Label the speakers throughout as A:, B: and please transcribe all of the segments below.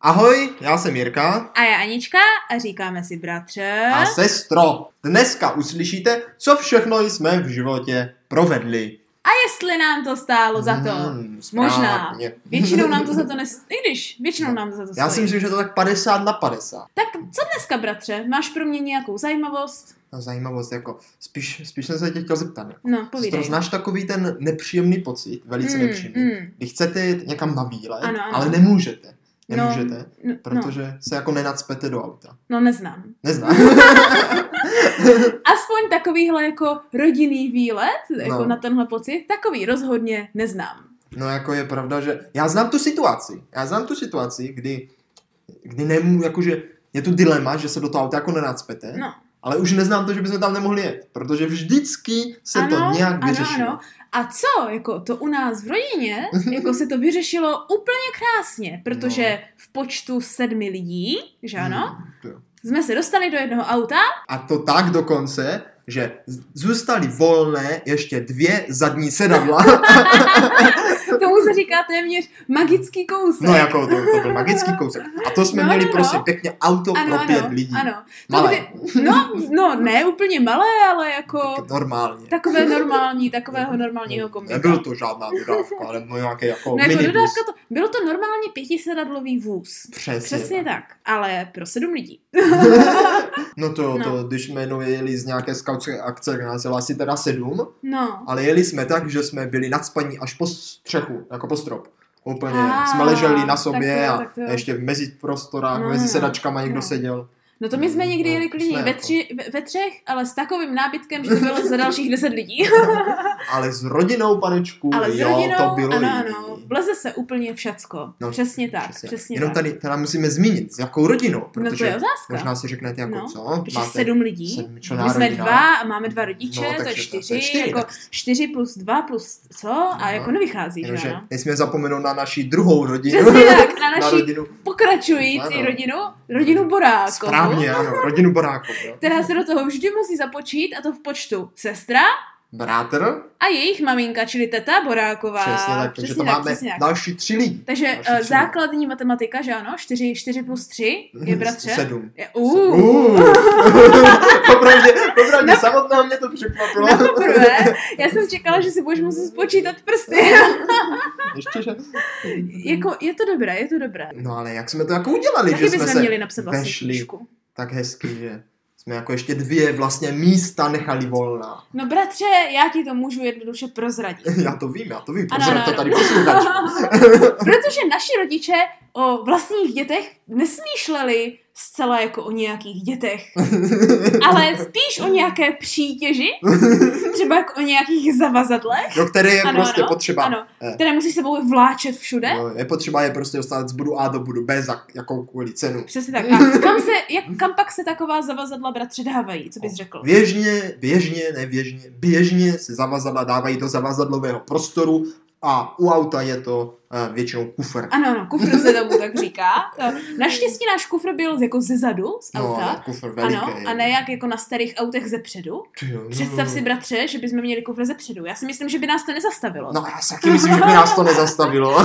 A: Ahoj, já jsem Jirka
B: A já Anička a říkáme si bratře.
A: a sestro. Dneska uslyšíte, co všechno jsme v životě provedli.
B: A jestli nám to stálo za to.
A: Mm,
B: Možná.
A: správně.
B: Většinou nám to za to nes... I když, většinou nám to za to
A: No. Já si
B: stojí.
A: myslím, že to tak 50 na 50.
B: Tak co dneska, bratře? Máš pro mě nějakou zajímavost?
A: Ta zajímavost, jako spíš, spíš jsem se tě chtěl zeptat. Jako.
B: No,
A: Sestro,
B: povídej.
A: znáš takový ten nepříjemný pocit, velice
B: Mm,
A: nepříjemný,
B: mm.
A: kdy chcete jít někam na výlet,
B: Ano, ano.
A: ale nemůžete.
B: No,
A: Nemůžete,
B: No, no,
A: protože se jako nenacpete do auta.
B: no, neznám.
A: Neznám.
B: Aspoň takovýhle jako rodinný výlet, jako
A: No.
B: na tenhle pocit, takový rozhodně neznám.
A: No jako je pravda, že já znám tu situaci. Já znám tu situaci, kdy, kdy nemů, jakože je tu dilema, že se do toho auta jako nenacpete,
B: No.
A: ale už neznám to, že bychom tam nemohli jet, protože vždycky se to nějak vyřešilo.
B: Ano, ano. A co, jako to u nás v rodině, jako se to vyřešilo úplně krásně, protože v počtu sedmi lidí, že ano,
A: No. Hmm, to jo.
B: jsme se dostali do jednoho auta,
A: A to tak dokonce, že z- zůstaly volné ještě dvě zadní sedadla.
B: tomu se říká téměř magický kousek.
A: No jako to, to byl magický kousek. A to jsme
B: No,
A: měli
B: no, no.
A: prosím pěkně auto
B: ano,
A: pro pět
B: ano,
A: lidí.
B: ano. To,
A: Malé.
B: kdy, no, no, ne úplně malé, ale jako
A: Tak normálně.
B: takové normální, takového normálního komika.
A: Nebyl to žádná dodávka, ale byl nějaký jako
B: no, jako
A: minibus.
B: dodávka to, bylo to normálně pětisedadlový vůz.
A: Přesně.
B: Přesně tak, ale pro sedm lidí.
A: No to jo,
B: No.
A: to, když jsme jednou jeli z nějaké skautské akce, která se asi teda sedm,
B: No.
A: ale jeli jsme tak, že jsme byli nadspaní až po střechu, jako po strop. Úplně
B: Ah,
A: jsme leželi na
B: tak to
A: sobě
B: jo,
A: a
B: tak to jo.
A: ještě v mezi prostorách,
B: No,
A: mezi
B: no,
A: sedačkama někdo
B: no.
A: seděl.
B: No to my jsme někdy
A: No,
B: jeli klidně
A: jsme
B: ve,
A: jako.
B: tři, ve, ve třech, ale s takovým nábytkem, že to bylo za dalších deset lidí.
A: Ale s rodinou, panečku,
B: ale s
A: jo,
B: rodinou,
A: to bylo
B: ano,
A: jiný.
B: ano, vleze se úplně v všacko.
A: No,
B: No, přesně tak, přesně,
A: Jenom
B: tak.
A: tady teda musíme zmínit, s jakou rodinou,
B: no to
A: protože
B: je otázka.
A: možná si řeknete jako
B: No,
A: co,
B: Protože sedm lidí,
A: sedmičlenná
B: my jsme
A: rodina.
B: dva a máme dva rodiče,
A: No,
B: to je
A: takže to- to je
B: čtyři,
A: čtyři,
B: jako čtyři plus dva plus co a
A: No.
B: jako nevychází, že
A: Jenomže
B: ano.
A: nesmíme zapomenout na naši druhou rodinu.
B: Přesně tak, na
A: na
B: naši
A: rodinu
B: pokračující
A: Ano.
B: rodinu, rodinu Borákovou,
A: Správně, ano, rodinu Borákov. jo.
B: která se do toho vždy musí započít a to v počtu sestra,
A: Brátr,
B: A jejich maminka, čili teta Boráková.
A: přesně tak, takže to máme
B: přesně tak.
A: další tři lidi.
B: Takže
A: další
B: eh,
A: tři.
B: základní matematika, že ano, 4, 4 plus 3 je bratře.
A: Hm, Sedm.
B: Je, uh, No.
A: Uh. popravdě, popravdě, samotná mě to překvapilo.
B: na poprvé, já jsem čekala, že si budeš muset spočítat prsty.
A: Ještě, že...
B: jako, je to dobré, je to dobré.
A: No ale jak jsme to jako udělali,
B: Taky
A: že jsme
B: bychom
A: se
B: měli napsat vlastní
A: vešli.
B: knížku.
A: tak hezky, že jsme jako ještě dvě vlastně místa nechali volná.
B: No bratře, já ti to můžu jednoduše prozradit.
A: Já to vím, já to vím,
B: Ano,
A: protože
B: ano,
A: to
B: ano.
A: tady posluchač.
B: Protože naši rodiče o vlastních dětech nesmýšleli zcela jako o nějakých dětech, ale spíš o nějaké přítěži, třeba jako o nějakých zavazadlech,
A: Do které je
B: Ano,
A: prostě
B: ano,
A: potřeba.
B: ano,
A: Eh.
B: které musíš sebou vláčet všude.
A: No, je potřeba je prostě dostat z bodu A do bodu B za jakoukoliv cenu.
B: Přesně tak. A kam, se, jak, kam pak se taková zavazadla bratře dávají, co bys řekl?
A: Běžně, běžně, ne běžně, běžně se zavazadla dávají do zavazadlového prostoru a u auta je to eh, většinou kufr.
B: Ano, ano, kufr se tomu tak říká. Eh, Naštěstí náš kufr byl jako ze zadu, z
A: No,
B: auta.
A: kufr veliký.
B: Ano, a ne jak jako na starých autech ze předu.
A: Tyjo, no.
B: Představ si, bratře, že bychom měli kufr ze předu. Já si myslím, že by nás to nezastavilo.
A: No já si taky myslím, že by nás to nezastavilo.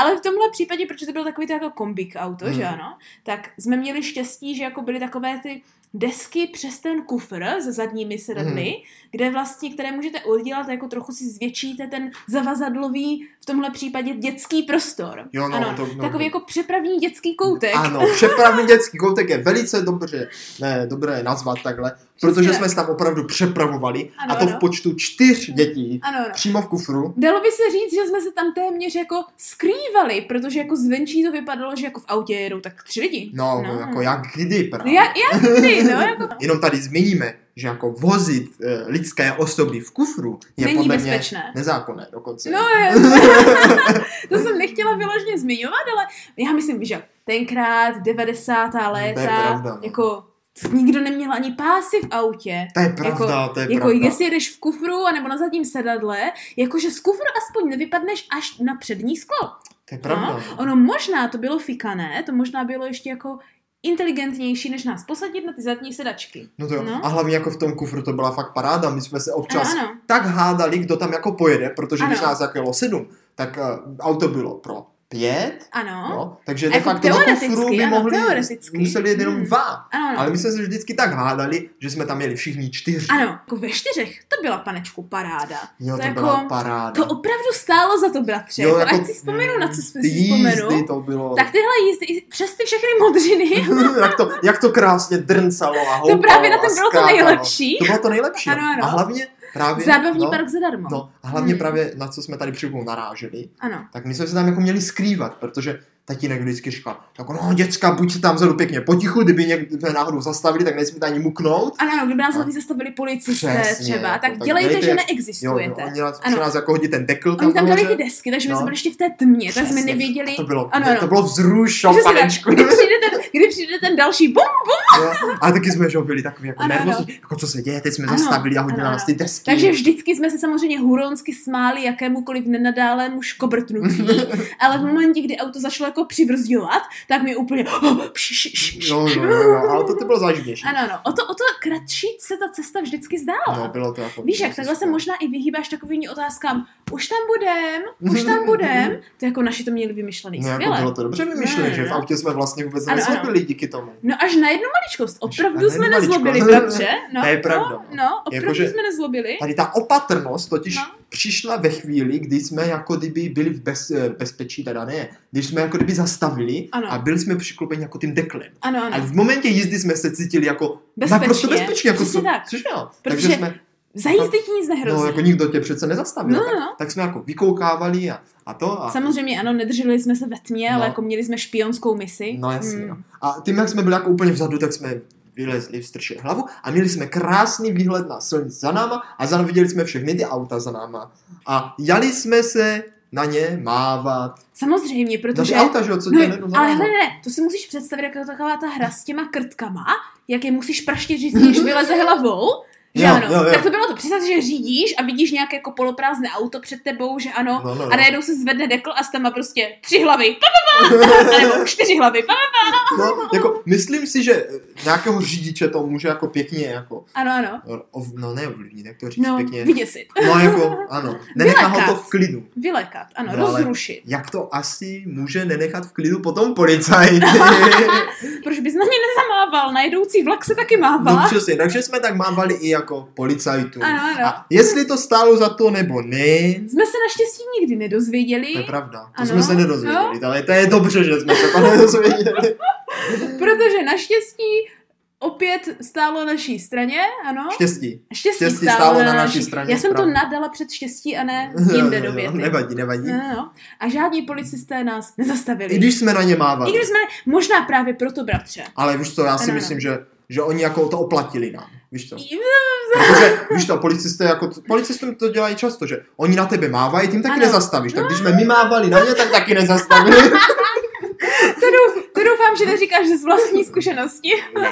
B: Ale v tomhle případě, protože to bylo takový to jako kombik auto,
A: Mm.
B: že ano, tak jsme měli štěstí, že jako byly takové ty desky přes ten kufr se zadními sedadly,
A: Hmm.
B: kde vlastně, které můžete oddělat, jako trochu si zvětšíte ten zavazadlový, v tomhle případě dětský prostor.
A: Jo, no,
B: ano,
A: to- no,
B: takový
A: to-
B: jako přepravní dětský koutek.
A: ano, přepravný dětský koutek je velice dobře, ne, dobré nazvat takhle, protože
B: tak.
A: jsme se tam opravdu přepravovali
B: Ano,
A: a to v
B: ano.
A: počtu čtyř dětí
B: Ano, ano.
A: přímo v kufru.
B: Dalo by se říct, že jsme se tam téměř jako skrývali, protože jako zvenčí to vypadalo, že jako v autě jedou tak tři lidi.
A: No, no. jako jak kdy právě.
B: Jak, jak kdy, no, jako
A: Jenom tady zmíníme, že jako vozit eh, lidské osoby v kufru je
B: není
A: podle mě
B: bezpečné.
A: nezákonné dokonce.
B: No, je- to jsem nechtěla vyloženě zmiňovat, ale já myslím, že tenkrát 90.
A: To je
B: léta,
A: pravda, no.
B: jako nikdo neměl ani pásy v autě.
A: To je pravda, to je
B: Jako
A: pravda.
B: jestli jedeš v kufru anebo na zadním sedadle, jakože z kufru aspoň nevypadneš až na přední sklo.
A: To je pravda.
B: No, ono možná to bylo fikané, to možná bylo ještě jako inteligentnější, než nás posadit na ty zadní sedačky.
A: No to jo.
B: No.
A: A hlavně jako v tom kufru to byla fakt paráda. My jsme se občas
B: Ano, ano.
A: tak hádali, kdo tam jako pojede, protože když
B: Ano.
A: nás jako jelo sedm, tak eh, auto bylo pro pět,
B: ano.
A: jo? takže de
B: Jako
A: facto do
B: teoreticky,
A: kufru by
B: ano,
A: mohli,
B: teoreticky.
A: museli jet jenom
B: Hmm.
A: dva.
B: Ano,
A: Ale my jsme se vždycky tak hádali, že jsme tam jeli všichni čtyři.
B: ano, jako ve čtyřech, to byla panečku paráda.
A: Jo, to,
B: To jako-
A: byla paráda.
B: To opravdu stálo za to, bratře.
A: Jo,
B: Jo,
A: jako-
B: jako, Ať si vzpomenu, na co jsme
A: Ty
B: si
A: jízdy
B: vzpomenu.
A: to bylo.
B: Tak tyhle jízdy, i přes ty všechny modřiny,
A: jak, to, jak to krásně drncalo a
B: to
A: houpalo
B: právě na
A: a
B: ten bylo to
A: skákalo.
B: nejlepší.
A: To bylo to nejlepší.
B: Ano, ano.
A: A hlavně právě...
B: Zábavní
A: no,
B: park zadarmo.
A: No, a hlavně
B: Hmm.
A: právě na co jsme tady při Lvou naráželi,
B: Ano.
A: tak my jsme se tam jako měli skrývat, protože tatínek vždycky říkal, jako no děcka, buď se tam vzadu pěkně potichu, kdyby někde náhodou zastavili, tak nesmíte ani muknout.
B: Ano, ano, kdyby nás
A: No.
B: hlavně zastavili policisté
A: Přesně,
B: třeba,
A: jako, tak
B: tak dělejte,
A: dejte-
B: že
A: Jo, jo,
B: neexistujete.
A: oni nás,
B: Ano.
A: nás jako hodí ten dekl
B: Oni tam dali
A: nahoře.
B: ty desky, takže my
A: No.
B: jsme byli ještě v té tmě, tak jsme
A: Přesně.
B: nevěděli,
A: To bylo,
B: Ano, ano.
A: to bylo vzrušo,
B: Přesně tak.
A: panečku.
B: Kdy přijde ten, kdy přijde ten další bum,
A: Jo. A taky jsme že jo, byli takový jako
B: Ano, ano.
A: nervózní, jako co se děje, teď jsme
B: Ano,
A: zastavili a hodili
B: ano,
A: na nás
B: ano.
A: ty desky.
B: takže vždycky jsme se samozřejmě huronsky smáli jakémukoliv nenadálému škobrtnutí, ale v momentě, kdy auto začalo jako přibrzďovat, tak mi úplně oh, pš, š, š, š,
A: No, no, no, no, ale to, to bylo zážitější.
B: Ano, ano, o to, o to kratší se ta cesta vždycky zdála.
A: No, bylo to jako...
B: Víš, jak takhle se možná i vyhýbáš takovým otázkám, už tam budem, už tam budem. To jako naši to měli vymyšlený,
A: No, jako
B: skvěle.
A: bylo to dobře vymyšlené,
B: Ne,
A: že v
B: ne.
A: autě jsme vlastně vůbec
B: Ano, ano.
A: nezlobili díky tomu.
B: No až na jednu
A: na
B: maličkost, opravdu
A: jednu
B: jsme nezlobili,
A: maličkost.
B: bratře. No,
A: To je pravda,
B: No,
A: no.
B: no opravdu
A: Jakože-
B: jsme nezlobili.
A: Tady ta opatrnost totiž
B: No.
A: přišla ve chvíli, kdy jsme jako kdyby byli v bez, eh, bezpečí, teda ne, když jsme jako kdyby zastavili
B: Ano.
A: a byli jsme přiklopeni jako tím deklem.
B: Ano,
A: A
B: ano.
A: v momentě jízdy jsme se cítili jako
B: Bezpečně.
A: naprosto bezpečně. Jako
B: Přesně
A: co-
B: tak.
A: Což jo.
B: Protože
A: Takže jsme,
B: Za jízdy ti nic nehrozí.
A: no jako nikdo tě přece nezastavil.
B: No,
A: tak,
B: no.
A: tak jsme jako vykoukávali a, a to. A,
B: Samozřejmě ano, nedrželi jsme se ve tmě,
A: No.
B: ale jako měli jsme špionskou misi.
A: No jasně.
B: Mm.
A: Mm. A tím, jak jsme byli jako úplně vzadu, tak jsme vylezli, vstrčili hlavu a měli jsme krásný výhled na silnici za náma a za viděli jsme všechny ty auta za náma. A jali jsme se na ně mávat.
B: Samozřejmě,
A: Protože...
B: protože...
A: Na ty auta, že jo, co
B: No,
A: no, jednou za
B: ale
A: náma.
B: hele, ne, to si musíš představit jako taková ta hra s těma krtkama, jak je musíš praštit, že si již vyleze hlavou, že
A: Mhm. Jo,
B: ano.
A: jo, jo.
B: Tak to bylo to představ, že řídíš a vidíš nějaké jako poloprázdné auto před tebou, že ano,
A: No, no,
B: A
A: no.
B: najednou se zvedne dekl a s tam má prostě tři hlavy, pa, pa, pa, nebo čtyři hlavy, pa, pa.
A: no, jako, myslím si, že eh, nějakého řidiče to může jako pěkně jako,
B: Ano, ano.
A: ov, no ne ovlivnit, jak to říct
B: No,
A: pěkně.
B: vyděsit,
A: No jako, ano, nenechá ho to v klidu.
B: vylekat, ano,
A: No, ale-
B: rozrušit.
A: Jak to asi může nenechat v klidu potom policajt?
B: Proč bys na mě nezamával? Na jedoucí vlak se taky
A: No
B: mává.
A: přesně, takže jsme tak mávali i jako policajtům.
B: Ano, ano.
A: A jestli to stálo za to nebo ne,
B: Jsme se naštěstí nikdy nedozvěděli,
A: to je pravda. To
B: Ano,
A: jsme se nedozvěděli, ale to je dobře, že jsme se to nedozvěděli.
B: protože naštěstí opět stálo naší straně, ano.
A: Štěstí.
B: Štěstí,
A: štěstí stálo na naší straně,
B: Já jsem to
A: správně.
B: nadala před štěstí a ne jinde do věty.
A: Nevadí, nevadí.
B: No, no, no. A žádní policisté nás nezastavili.
A: I když jsme na ně
B: I
A: mávali.
B: když jsme, možná právě proto, bratře.
A: Ale víš co, já si
B: Ano,
A: myslím, že, že oni jako to oplatili nám. Víš co?
B: I-
A: Protože, víš to, policisté jako, t- policistům to dělají často, že oni na tebe mávají, tím taky
B: Ano. No.
A: nezastavíš. Tak když jsme my mávali na ně, tak taky nezastavili.
B: To, dou, to doufám, že neříkáš z vlastní zkušenosti.
A: Ne,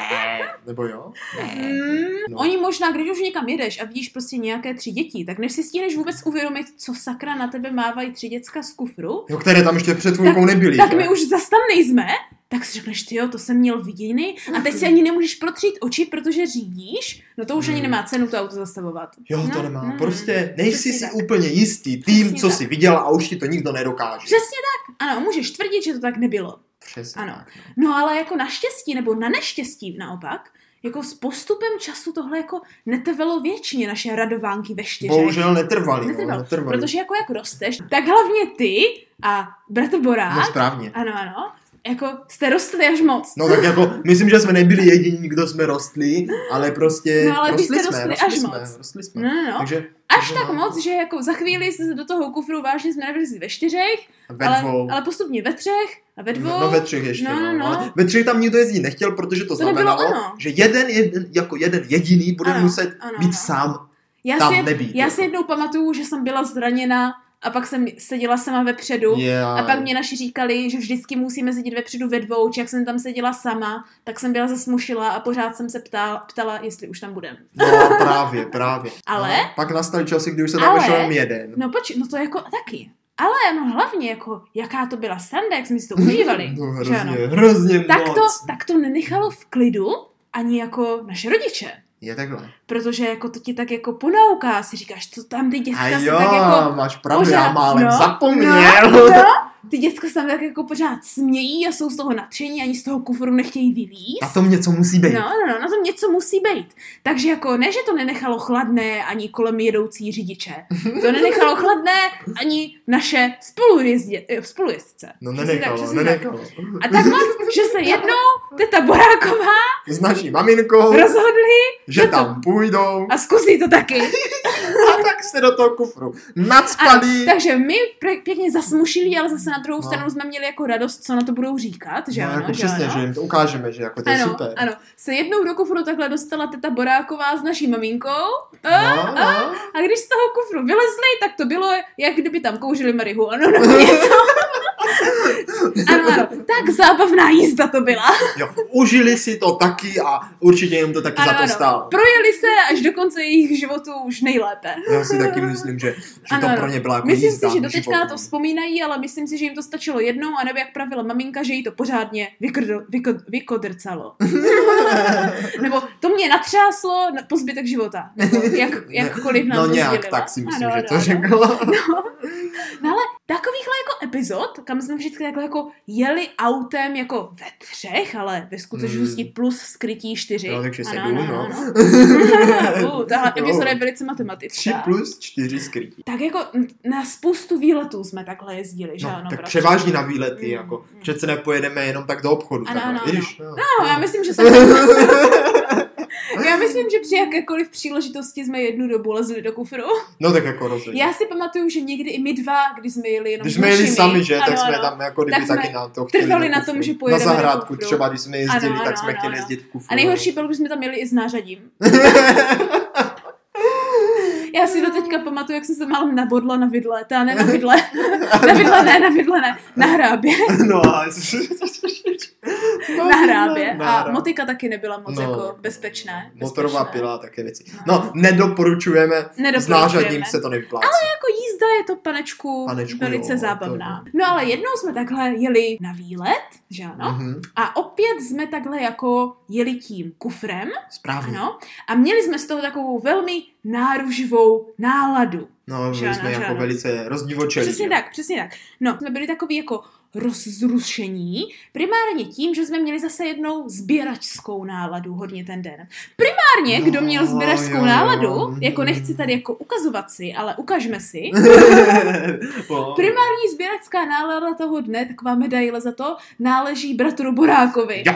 A: nebo jo?
B: Mm,
A: No.
B: Oni možná, když už někam jedeš a vidíš prostě nějaké tři děti, tak než si stíneš vůbec uvědomit, co sakra na tebe mávají tři děcka z kufru,
A: Jo, které tam ještě před chvilkou nebyly.
B: tak
A: že?
B: my už zas tam nejsme, tak si řekneš, ty jo, to jsem měl viděný a teď si ani nemůžeš protřít oči, protože řídíš, no to už ani
A: Hmm.
B: nemá cenu to auto zastavovat.
A: Jo, to
B: No,
A: nemá.
B: mm,
A: Prostě nejsi
B: přesně
A: si
B: tak.
A: úplně jistý tím,
B: Přesně
A: co
B: tak.
A: jsi viděl a už ti to nikdo nedokáže.
B: Přesně tak, ano, můžeš tvrdit, že to tak nebylo.
A: Přesně.
B: Ano.
A: tak, no.
B: No ale jako naštěstí nebo na neštěstí naopak, jako s postupem času tohle jako netevelo věčně naše radovánky ve štěře.
A: Bohužel netrvali.
B: Netrvalo,
A: No, netrvali.
B: Protože jako jak rosteš, tak hlavně ty a bratr Borá,
A: No správně.
B: ano, ano, jako jste rostli až moc.
A: No tak jako, myslím, že jsme nebyli jediní, kdo jsme rostli, ale prostě
B: No, ale vy
A: rostli,
B: jste
A: jsme,
B: rostli
A: rostli
B: až
A: jsme,
B: moc.
A: rostli jsme.
B: No, no, no.
A: Takže
B: Až
A: takže
B: tak
A: no,
B: moc, že jako za chvíli se do toho kufru vážně jsme nebyli ve čtyřech,
A: no, Ve
B: ale,
A: dvou.
B: ale postupně ve třech a ve dvou.
A: No, no ve třech ještě.
B: No, no, no.
A: Ale ve třech tam nikdo jezdit nechtěl, protože to,
B: To nebylo
A: znamenalo,
B: ono.
A: že jeden, jeden, jako jeden jediný bude
B: Ano,
A: muset
B: ano,
A: být
B: ano.
A: sám
B: já
A: tam
B: si,
A: nebýt. jako.
B: já si jednou pamatuju, že jsem byla zraněna a pak jsem seděla sama vepředu.
A: yeah.
B: A pak mě naši říkali, že vždycky musíme sedět vepředu ve dvou, či jak jsem tam seděla sama, tak jsem byla zasmušila a pořád jsem se ptala, ptala jestli už tam budem.
A: No, právě, právě.
B: Ale-
A: No, pak nastaly časy, kdy už se tam
B: Ale-
A: vešel jenom jeden.
B: No poč, no to jako taky. Ale no hlavně jako, jaká to byla sranda, jak jsme si to užívali.
A: No,
B: že ano.
A: hrozně, hrozně
B: tak,
A: moc.
B: to, tak to nenechalo v klidu ani jako naše rodiče.
A: Je takhle.
B: Protože jako to ti tak jako ponauká, si říkáš, co tam ty
A: A
B: děcka se
A: jo,
B: tak jako...
A: máš pravdu,
B: pořád-
A: já málem
B: no,
A: zapomněl.
B: No, no, ty děcka se tam tak jako pořád smějí a jsou z toho nadšení, ani z toho kufru nechtějí vylíst.
A: Na tom něco musí být.
B: No, no, no, na tom něco musí být. Takže jako ne, že to nenechalo chladné ani kolem jedoucí řidiče. To nenechalo chladné ani naše spolujezdě, eh, spolujezdce.
A: No
B: Přesně tak,
A: nenechalo,
B: přesně tak. no.
A: nenechalo.
B: A tak moc, že se jednou teta Boráková
A: S naší maminkou,
B: rozhodli
A: že
B: je to-
A: tam půjdou
B: a zkusí to taky.
A: a tak se do toho kufru nadspalí.
B: Takže my pě- pěkně zasmušili, ale zase na druhou
A: No.
B: stranu jsme měli jako radost, co na to budou říkat, že
A: no,
B: ano,
A: jako
B: že
A: přesně,
B: ano.
A: že jim to ukážeme, že jako to je
B: Ano,
A: super.
B: ano. Se jednou do kufru takhle dostala teta Boráková s naší maminkou Eh,
A: No, no.
B: a když z toho kufru vylezli, tak to bylo, jak kdyby tam kouřili marihuanu nebo něco. Ano, ano, tak zábavná jízda to byla.
A: Jo, užili si to taky a určitě jim to taky
B: Ano,
A: za to
B: ano.
A: stálo.
B: Projeli se až do konce jejich životů už nejlépe.
A: Já si taky myslím, že, že
B: Ano,
A: to
B: ano.
A: pro ně byla jako
B: Myslím
A: jízda
B: si, že doteďka na to
A: životní.
B: vzpomínají, ale myslím si, že jim to stačilo jednou, anebo jak pravila maminka, že jí to pořádně vykrdo, vyko, vykodrcalo. nebo to mě natřáslo na- po zbytek života. Nebo jak, jakkoliv nám
A: No
B: to
A: nějak
B: sdělila.
A: tak si myslím,
B: Ano,
A: že
B: ano,
A: to
B: ano. No
A: řekla.
B: Takovýchhle jako epizod, kam jsme vždycky takhle jako jeli autem jako ve třech, ale ve skutečnosti
A: Hmm.
B: plus skrytí čtyři.
A: No, takže
B: Ano,
A: sedm,
B: ano,
A: no.
B: ano. Uh, Tahle
A: Jo.
B: epizoda je velice
A: Tři
B: matematická.
A: plus čtyři skrytí.
B: Tak jako na spoustu výletů jsme takhle jezdili, že
A: No,
B: ano?
A: tak
B: bratře?
A: převážně na výlety,
B: Mm,
A: jako.
B: mm.
A: Přece nepojedeme jenom tak do obchodu.
B: Ano,
A: takhle.
B: ano,
A: I když, no,
B: No, já myslím, že jsem... já myslím, že při jakékoliv příležitosti jsme jednu dobu lezli do kufru.
A: no tak jako rozhodně.
B: Já si pamatuju, že někdy i my dva, když jsme jeli jenom
A: Když
B: s
A: jsme jeli
B: našimi-
A: sami, že, tak
B: ano,
A: jsme
B: ano.
A: tam jako kdyby
B: jsme
A: taky na to chtěli.
B: trvali
A: do
B: na tom,
A: kufru.
B: že pojedeme do
A: Na zahrádku
B: kufru.
A: třeba, když jsme jezdili,
B: Ano, ano,
A: tak jsme
B: ano,
A: chtěli
B: ano.
A: jezdit v kufru.
B: A nejhorší bylo, když jsme tam jeli i s nářadím. Já si doteďka pamatuju, jak jsem se málem nabodla na vidle. Ta ne na vidle. na vidle ne, na vidle ne. Na hrábě.
A: No a...
B: Na hrábě. A
A: hrábě. No.
B: motika taky nebyla moc jako bezpečné.
A: Motorová
B: bezpečné.
A: pila a také věci.
B: No.
A: No, nedoporučujeme, s
B: Nedoporučujeme.
A: nářadím se to nevyplácí.
B: jako jízda je to panečku,
A: Panečku,
B: panečku velice
A: jo,
B: jo, zábavná.
A: to
B: No ale jednou jsme takhle jeli na výlet, že ano?
A: Mhm,
B: A opět jsme takhle jako jeli tím kufrem,
A: správně.
B: ano? A měli jsme z toho takovou velmi náruživou náladu.
A: No,
B: Že
A: byli
B: ano,
A: jsme
B: že
A: jako
B: ano.
A: velice rozdivočeli.
B: Přesně tak, přesně tak. No, jsme byli takový jako rozrušení, primárně tím, že jsme měli zase jednou sběračskou náladu hodně ten den. Primárně, kdo
A: No,
B: měl
A: jo,
B: sběračskou
A: jo.
B: náladu, jako nechci tady jako ukazovat si, ale ukažme si,
A: no.
B: Primární sběracká nálada toho dne, taková medaile za to, náleží bratru Borákovi.
A: Jo,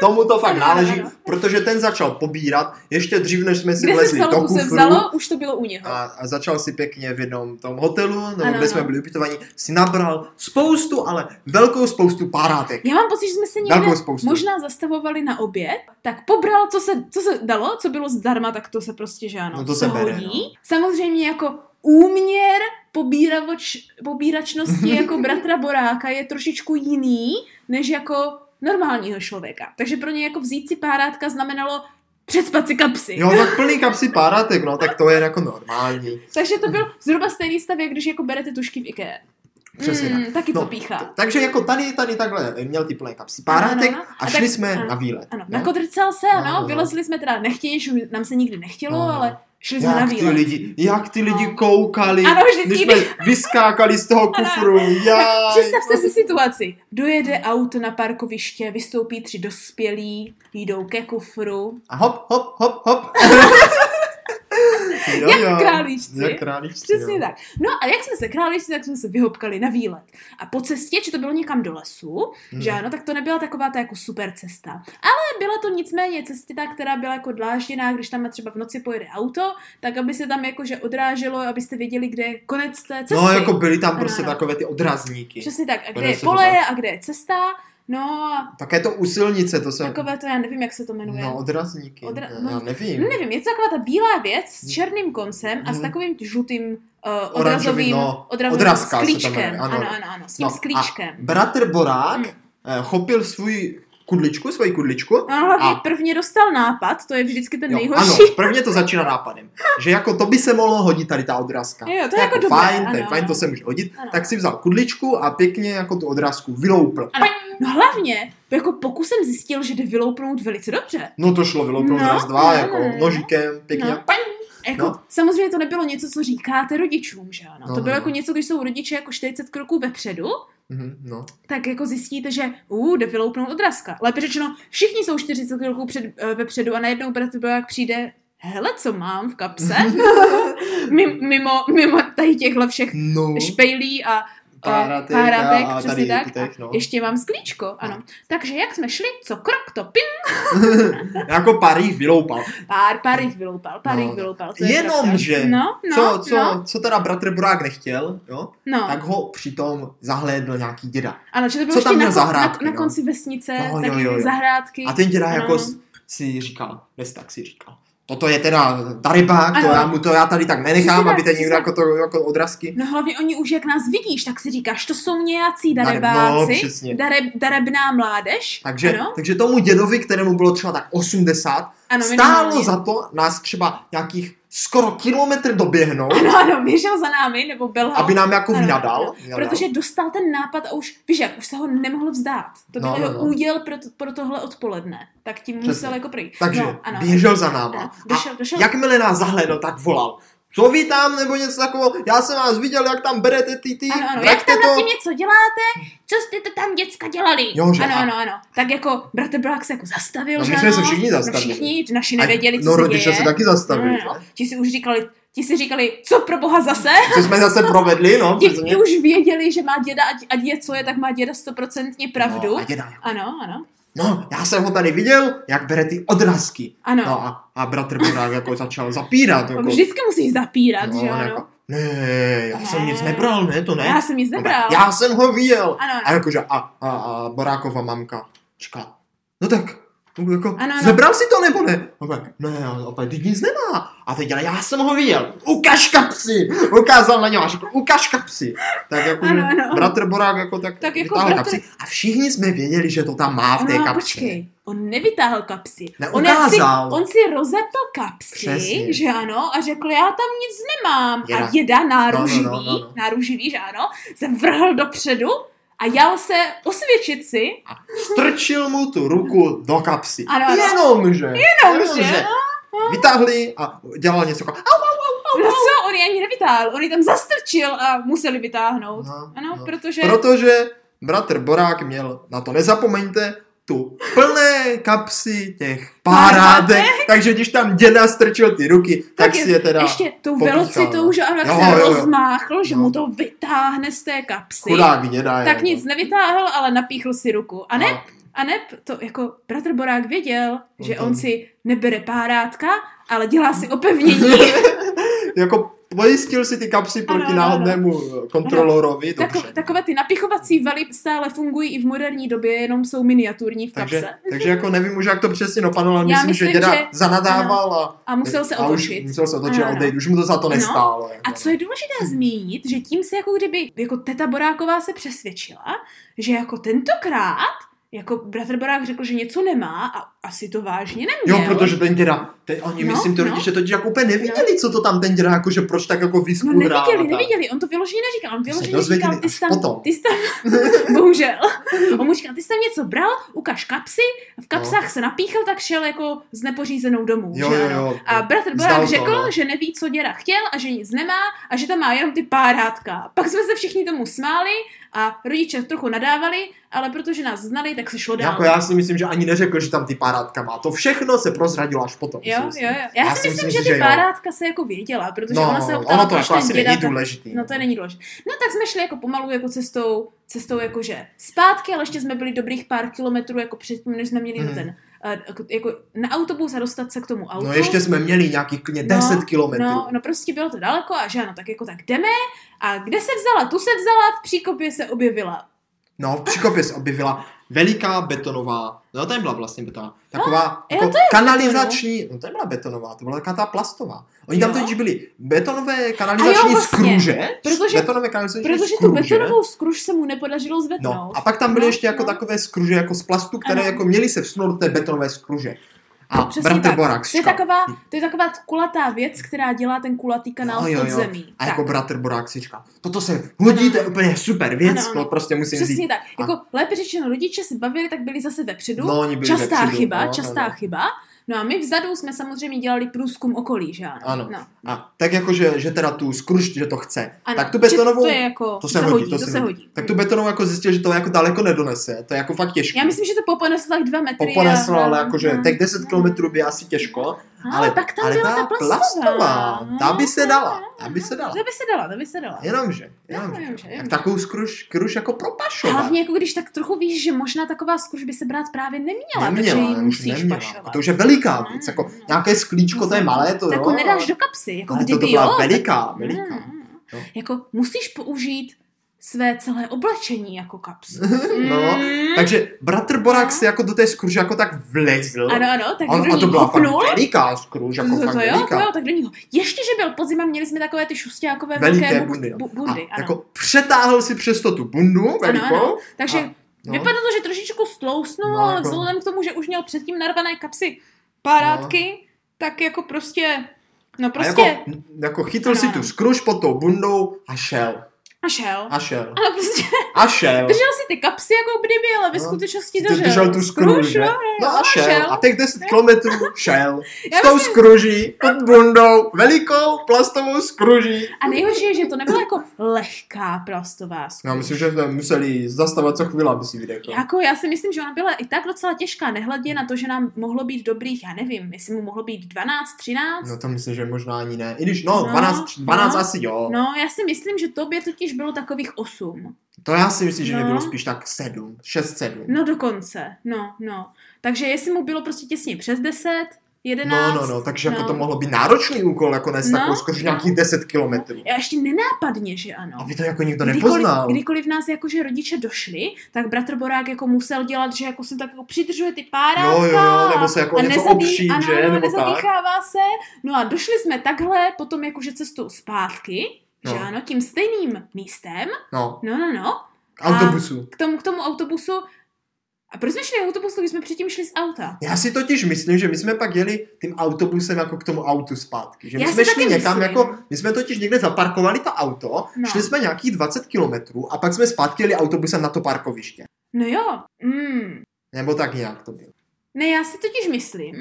A: Tomu to fakt
B: Ano, ano,
A: náleží,
B: ano.
A: protože ten začal pobírat ještě dřív, než jsme si
B: Kde se
A: vlezli do
B: vzalo, tu se
A: kufru.
B: vzalo, už to bylo u něho.
A: A, a začal si pěkně v jednom tom hotelu, nebo
B: Ano,
A: kde
B: ano.
A: jsme byli ubytovaní, si nabral spoustu, ale velkou spoustu párátek.
B: Já mám pocit, že jsme se někde
A: Velkou spoustu.
B: možná zastavovali na oběd, tak pobral, co se, co se dalo, co bylo zdarma, tak to se prostě, že ano,
A: No to se bere,
B: hodí.
A: no.
B: Samozřejmě jako úměr pobíravoč, pobíračnosti jako bratra Boráka je trošičku jiný, než jako normálního člověka. Takže pro ně jako vzít si párátka znamenalo přespat si kapsy.
A: Jo, tak plný kapsy párátek, no, tak to je jako normální.
B: Takže to byl zhruba stejný stav, jak když jako berete tušky v IKEA.
A: Přesně
B: mm, taky
A: No,
B: to píchá.
A: Takže jako tady, tady takhle měl ty plné kapsy párátek
B: Ano, ano, ano.
A: a
B: A
A: šli
B: tak-
A: jsme
B: ano,
A: na výlet.
B: Ano,
A: ne?
B: nakodrcal se,
A: No, no, no.
B: ano, vylezli jsme teda nechtěně, že nám se nikdy nechtělo,
A: No, no.
B: ale šli jsme na
A: Jak ty
B: výlet. No.
A: lidi, jak ty lidi koukali,
B: Ano, vždycky,
A: když jsme vyskákali z toho kufru, já.
B: Představte si situaci. Dojede auto na parkoviště, vystoupí tři dospělí, jdou ke kufru.
A: A hop, hop, hop, hop. jo,
B: Jak králíčci.
A: Jak králíčci,
B: Přesně
A: jo.
B: tak. No a jak jsme se králi, tak jsme se vyhopkali na výlet. A po cestě, či to bylo někam do lesu,
A: Hmm.
B: Že ano, tak to nebyla taková ta jako super cesta. Ale byla to nicméně cesta, která byla jako dlážděná, když tam třeba v noci pojede auto, tak aby se tam jakože odráželo, abyste věděli, kde je konec té cesty.
A: No, jako byly tam prostě
B: Ano, ano.
A: takové ty odrazníky.
B: Přesně tak, a kde
A: Jmenuje
B: je
A: se to
B: pole a kde je cesta. No a
A: Také to u silnice, to se...
B: takové to, já nevím, jak se to jmenuje.
A: No, odrazníky.
B: Odra-
A: Odra...
B: no.
A: Já nevím.
B: No, nevím, je to taková ta bílá věc
A: Hmm.
B: s černým koncem a s
A: Mhm.
B: takovým žlutým uh,
A: Oranžový,
B: odrazovým,
A: no,
B: odrazovým
A: odrazka se to jmenuje,
B: sklíčkem.
A: ano.
B: Ano, ano, ano, s tím
A: No,
B: sklíčkem.
A: Bratr Borák
B: Mm.
A: eh, chopil svůj kudličku, svoji kudličku.
B: No, hlavně
A: a-
B: prvně dostal nápad, to je vždycky ten nejhorší.
A: ano, prvně to začíná nápadem, že jako to by se mohlo hodit tady ta odrazka.
B: Jo, jo, to je jako dobré,
A: fajn, to je
B: ano,
A: fajn,
B: ano.
A: to se může hodit.
B: Ano.
A: Tak si vzal kudličku a pěkně jako tu odrazku vyloupl.
B: No hlavně, jako pokusem zjistil, že jde vyloupnout velice dobře.
A: No to šlo vyloupnout
B: No,
A: raz, dva,
B: no,
A: jako
B: no.
A: nožíkem, pěkně.
B: No. Jako,
A: No.
B: no. Samozřejmě to nebylo něco, co říkáte rodičům, že ano.
A: No,
B: to bylo
A: no,
B: jako
A: no.
B: něco, když jsou rodiče jako 40 kroků vepředu
A: Mhm, no.
B: tak jako zjistíte, že uh, jde vyloupnout odrazka. Lépe řečeno, všichni jsou 40 kroků před, eh, vepředu a najednou bratr jak přijde, hele, co mám v kapse? Mim- mimo, mimo tady těchhle všech
A: No.
B: špejlí a
A: Páratek,
B: páratek,
A: a, a
B: přesně
A: tady
B: tak.
A: Kytek, no.
B: ještě mám sklíčko, ano. Takže jak jsme šli, co krok, to ping,
A: jako pár jich vyloupal.
B: pár, pár jich vyloupal, pár
A: No.
B: jich vyloupal. to je
A: Jenomže-
B: pravda. No, no,
A: co, co,
B: no,
A: co teda bratr Borák nechtěl, jo,
B: no.
A: tak ho přitom zahlédl nějaký děda.
B: Ano, že to
A: Co
B: bylo
A: tam
B: ještě
A: měl
B: na, kon-
A: zahrádky,
B: na, na
A: no?
B: konci vesnice,
A: No, jo,
B: taky
A: jo, jo.
B: zahrádky.
A: A ten děda
B: Ano.
A: jako s- si říkal, dnes tak si říkal. Toto je teda taribák, to
B: Ano.
A: já, mu to já tady tak nenechám,
B: Přesně
A: aby
B: tak,
A: ten někdo
B: přesně
A: jako, to, jako odrazky.
B: No hlavně oni už, jak nás vidíš, tak si říkáš, to jsou nějací
A: Dareb- No,
B: darebáci,
A: přesně.
B: dareb, darebná mládež.
A: Takže,
B: ano,
A: takže tomu dědovi, kterému bylo třeba tak 80,
B: ano,
A: stálo
B: minimálně.
A: za to nás třeba nějakých skoro kilometr doběhnout,
B: Ano, ano, běžel za námi, nebo byl
A: aby nám jako
B: Ano,
A: vynadal. vynadal.
B: Protože dostal ten nápad a už, víš jak, už se ho nemohl vzdát. To byl
A: No,
B: no,
A: no,
B: jeho
A: no.
B: úděl pro, to, pro tohle odpoledne. Tak tím
A: Přesně.
B: musel jako projít.
A: Takže
B: no, ano.
A: běžel za
B: Ano,
A: náma. A
B: došel, došel.
A: jakmile nás zahlédl, tak volal. Co vy tam, nebo něco takového, já jsem vás viděl, jak tam berete ty, ty,
B: Ano, ano, jak
A: vraťte
B: tam nad
A: to.
B: tím něco děláte? Co jste to tam děcka dělali?
A: Jo, že
B: ano,
A: a-
B: ano, ano. Tak jako bratr Brák se jako zastavil,
A: No,
B: že
A: my jsme
B: ano?
A: se všichni
B: No,
A: zastavili.
B: všichni, naši nevěděli, co
A: no,
B: se
A: rodiče
B: děje.
A: se taky zastavili.
B: No,
A: No,
B: no, Ti si už říkali, ti si říkali, co pro boha zase?
A: Co jsme zase provedli, no.
B: Ti,
A: přesně.
B: ti už věděli, že má děda, ať, ať je co je, tak má děda stoprocentně pravdu.
A: No, a děda,
B: Ano, ano,
A: no, já jsem ho tady viděl, jak bere ty odrazky.
B: ano.
A: No a, a bratr Borák jako začal zapírat. Jako,
B: Vždycky musíš zapírat,
A: no,
B: že
A: on
B: ano?
A: jako, ne, já jsem
B: Ne.
A: nic nebral, ne, to ne.
B: Já jsem nic
A: No,
B: nebral.
A: tak Já jsem ho viděl.
B: Ano,
A: A
B: ano.
A: jakože a, a, a Borákova mamka čeká. No tak, no jako,
B: Ano, ano.
A: zebral si to nebo ne? Opět, ne, ale opět, teď nic nemá. A teď, ale já jsem ho viděl. Ukaž kapsy. Ukázal na něho a řekl, ukaž kapsy. Tak jako,
B: Ano, ano.
A: bratr Borák jako tak,
B: Tak jako
A: vytáhl
B: bratr-
A: kapsy. A všichni jsme věděli, že to tam má v té
B: Ono,
A: kapsě.
B: počkej, on nevytáhl kapsy.
A: Ne,
B: On, jak si,
A: ukázal.
B: on si rozetl kapsy,
A: Přesně.
B: že ano, a řekl, já tam nic nemám.
A: Děda.
B: A děda náruživý,
A: No, no, no, no, no.
B: náruživý, že ano, se vrhl dopředu a jal se osvědčit si,
A: strčil mu tu ruku do kapsy.
B: Ano, ano.
A: Jenomže.
B: Jenomže,
A: Vytáhli a dělal něco jako... Au,
B: No co, on je ani nevytáhl, on je tam zastrčil a museli vytáhnout.
A: No,
B: ano,
A: no.
B: protože...
A: Protože bratr Borák měl, na to nezapomeňte, tu plné kapsy těch párádek, takže když tam děda strčil ty ruky, tak,
B: Tak je-
A: si je teda
B: Ještě tou
A: popíchal,
B: velocitou,
A: no.
B: že ano, jak
A: Jo,
B: se
A: jo, jo.
B: rozmáchl, že
A: No.
B: mu to vytáhne z té kapsy.
A: chudák děda.
B: Tak
A: je,
B: nic nevytáhl, ale napíchl si ruku. A
A: no.
B: ne, a ne, to jako bratr Borák věděl,
A: No
B: že
A: to-
B: on si nebere párátka, ale dělá si opevnění.
A: Jako pojistil si ty kapsy proti
B: Ano, Jako- ano,
A: náhodnému kontrolorovi, dobře.
B: Tako, takové ty napichovací valy stále fungují i v moderní době, jenom jsou miniaturní v kapse.
A: takže, takže jako nevím už, jak to přesně dopadlo, ale
B: Já
A: myslím, že
B: myslím,
A: děda
B: že-
A: zanadával a
B: A musel se
A: A už
B: otočit.
A: musel se otočit a
B: Ano, ano.
A: odejít, už mu to za to
B: No.
A: nestálo. jako
B: A co je důležité zmínit, že tím se jako kdyby, jako teta Boráková se přesvědčila, že jako tentokrát, jako bratr Borák řekl, že něco nemá a asi to vážně
A: Jo,
B: neměl.
A: protože ten děda, te, oni
B: No,
A: myslím, ty
B: no.
A: rodiče totiž jako úplně neviděli, co to tam ten děda, jakože proč tak jako
B: No
A: vyskurá.
B: neviděli, neviděli, on to vyloženě neříkal, on
A: se
B: vyloženě
A: dozvěděli
B: říkal, ty
A: až
B: jsi tam,
A: potom.
B: ty jsi tam, bohužel, on mu říkal, ty jsi tam něco bral, ukaž kapsy, v kapsách se napíchl, tak šel jako s nepořízenou domů,
A: No. Jo,
B: že
A: jo,
B: ano?
A: jo.
B: A bratr
A: Vzdal
B: Borák
A: to,
B: řekl,
A: no.
B: že neví, co děda chtěl a že nic nemá a že tam má jenom ty párátka. Pak jsme se všichni tomu smáli a rodiče trochu nadávali, ale protože nás znali, tak se šlo dál.
A: Jako já si myslím, že ani neřekl, že tam ty párátka má. To všechno se prozradilo až potom. si
B: jo,
A: myslím.
B: jo, jo. Já, já si myslím, že ty
A: jo.
B: párátka se jako věděla, protože
A: No,
B: ona se ho ptala,
A: ono to
B: proč
A: jako
B: ten
A: asi
B: děda
A: není
B: tam-
A: důležitý.
B: No to není důležité. No tak jsme šli jako pomalu jako cestou, cestou jakože zpátky, ale ještě jsme byli dobrých pár kilometrů jako předtím, než jsme měli
A: Mhm.
B: mm. ten, eh, jako, jako na autobus a dostat se k tomu autu.
A: No ještě jsme měli nějakých klidně
B: No,
A: 10 kilometrů.
B: No, no prostě bylo to daleko a že ano, tak jako tak jdeme. A kde se vzala? Tu se vzala, v příkopě se objevila.
A: No, v Příkopě se objevila veliká betonová, no to byla vlastně betonová, taková
B: No, jo,
A: jako
B: to
A: kanalizační, no to nebyla betonová, to byla taková ta plastová. Oni tam
B: Jo.
A: totiž byli betonové kanalizační
B: vlastně,
A: skruže,
B: protože-
A: betonové kanalizační
B: Protože tu
A: skruže,
B: betonovou skruž se mu nepodařilo zvednout.
A: No, a pak tam byly
B: No,
A: ještě jako
B: no.
A: takové skruže, jako z plastu, které
B: Ano. No,
A: jako měly se vsunout do té betonové skruže. A
B: Přesně
A: bratr
B: tak.
A: Borák
B: to, je
A: říkal-
B: taková, to je taková kulatá věc, která dělá ten kulatý kanál
A: No, jo,
B: v
A: jo.
B: podzemí.
A: a
B: Tak.
A: jako bratr Borák si říkal, toto se hodí, to je úplně super věc,
B: Ano, ano.
A: to prostě musím
B: Přesně
A: vzít.
B: tak. Jako lépe řečeno, rodiče se bavili, tak byli zase vepředu.
A: No, oni byli
B: častá
A: vepředu,
B: chyba,
A: no,
B: častá
A: no, no.
B: chyba. No a my vzadu jsme samozřejmě dělali průzkum okolí, že ano?
A: Ano.
B: No.
A: A tak jako, že, že teda tu skrušť, že to chce.
B: ano.
A: Tak tu
B: že
A: betonovou-
B: To je jako,
A: to se hodí, to se
B: se hodí.
A: Tak tu betonovou jako zjistil, že to jako daleko nedonese. To je jako fakt těžké.
B: Já myslím, že to poponeslo tak dva metry.
A: Poponeslo,
B: a-
A: ale jakože
B: a-
A: tak 10 km by asi těžko.
B: A,
A: ale
B: pak tam
A: ale
B: byla
A: ta
B: ta plastová.
A: ta by
B: No,
A: se dala, ta by se dala.
B: To by se dala, to by se dala.
A: Jenomže,
B: No,
A: jenomže.
B: jenomže,
A: Tak
B: jenomže.
A: takovou skruš, kruš jako propašovat.
B: Hlavně jako když tak trochu víš, že možná taková zkuš by se brát právě neměla,
A: neměla,
B: takže ji
A: už
B: musíš
A: neměla.
B: pašovat.
A: To už je veliká
B: No,
A: věc, jako
B: no.
A: nějaké sklíčko, to je malé, to
B: To
A: jo.
B: jako nedáš do kapsy, jako
A: ale to,
B: kdyby
A: to
B: jo.
A: byla
B: tak-
A: veliká, veliká.
B: Mm.
A: Jo.
B: Jako musíš použít své celé oblečení jako kapsu.
A: No,
B: Mm.
A: Takže bratr Borak
B: No.
A: se jako do té skruže jako tak vlezl.
B: Ano, ano, tak
A: a,
B: kdo
A: a to
B: ní
A: byla
B: hopnul,
A: fakt veliká skruž, jako
B: to,
A: fakt
B: to, jo, to
A: veliká.
B: jo, tak do ní ho. Ještě, že byl podzim a měli jsme takové ty šustiákové
A: Veliké
B: velké bu-
A: bundy. jo.
B: bu- bundy
A: a
B: ano.
A: jako přetáhl si přesto tu bundu velikou.
B: ano. Takže
A: a- no.
B: Vypadalo to, že trošičku slousnul,
A: No,
B: no, ale
A: jako-
B: vzhledem k tomu, že už měl předtím narvané kapsy párátky, no. tak jako prostě, no prostě,
A: A
B: a,
A: jako, jako chytl
B: Ano,
A: si tu
B: ano.
A: skruž pod tou bundou a šel.
B: šel.
A: A šel.
B: Ale prostě
A: A šel.
B: držel si ty kapsy jako kdyby, ale ve
A: No.
B: skutečnosti
A: Ty
B: držel.
A: držel tu skruž, že?
B: jo.
A: No a šel.
B: šel.
A: A těch 10 kilometrů šel.
B: Já
A: S tou skruží, pod bundou, velikou plastovou skruží.
B: A nejhorší je, že to nebyla jako lehká prostě plastová skruž.
A: Já No myslím, že jsme museli zastavovat co chvíli, aby si vydechl.
B: Jako já si myslím, že ona byla i tak docela těžká, nehledě na to, že nám mohlo být dobrých, já nevím, jestli mu mohlo být 12, 13.
A: No to myslím, že možná ani ne. I když, no,
B: No,
A: 12, 12
B: no.
A: asi jo.
B: No, já si myslím, že tobě totiž bylo takových 8.
A: To já si myslím, že mě
B: No.
A: bylo spíš tak 7, 6, 7.
B: No dokonce, no, no. Takže jestli mu bylo prostě těsně přes 10, 11.
A: no, no, no, takže
B: no.
A: jako to mohlo být náročný úkol, jako nést
B: No,
A: takovou skruž
B: no.
A: nějakých 10 kilometrů.
B: A ještě nenápadně, že ano.
A: Aby to jako nikdo nepoznal.
B: kdykoliv nás jakože rodiče došli, tak bratr Borák jako musel dělat, že jako se tak jako přidržuje ty párátka.
A: Jo, jo, jo, nebo se jako
B: a
A: něco opřít,
B: ano,
A: že?
B: ano,
A: Nebo
B: nezadýchává se. No a došli jsme takhle potom jakože cestou zpátky,
A: No.
B: že ano, tím stejným místem,
A: No,
B: no, no, no,
A: autobusu.
B: k tomu, k tomu autobusu. A proč jsme šli autobusu, když jsme předtím šli z auta?
A: Já si totiž myslím, že my jsme pak jeli tím autobusem jako k tomu autu zpátky. Že my
B: Já
A: jsme
B: si
A: šli
B: taky
A: někam,
B: myslím.
A: jako, my jsme totiž někde zaparkovali to auto,
B: No.
A: šli jsme nějakých 20 kilometrů a pak jsme zpátky jeli autobusem na to parkoviště.
B: No jo, mm,
A: Nebo tak nějak to bylo.
B: Ne, já si totiž myslím,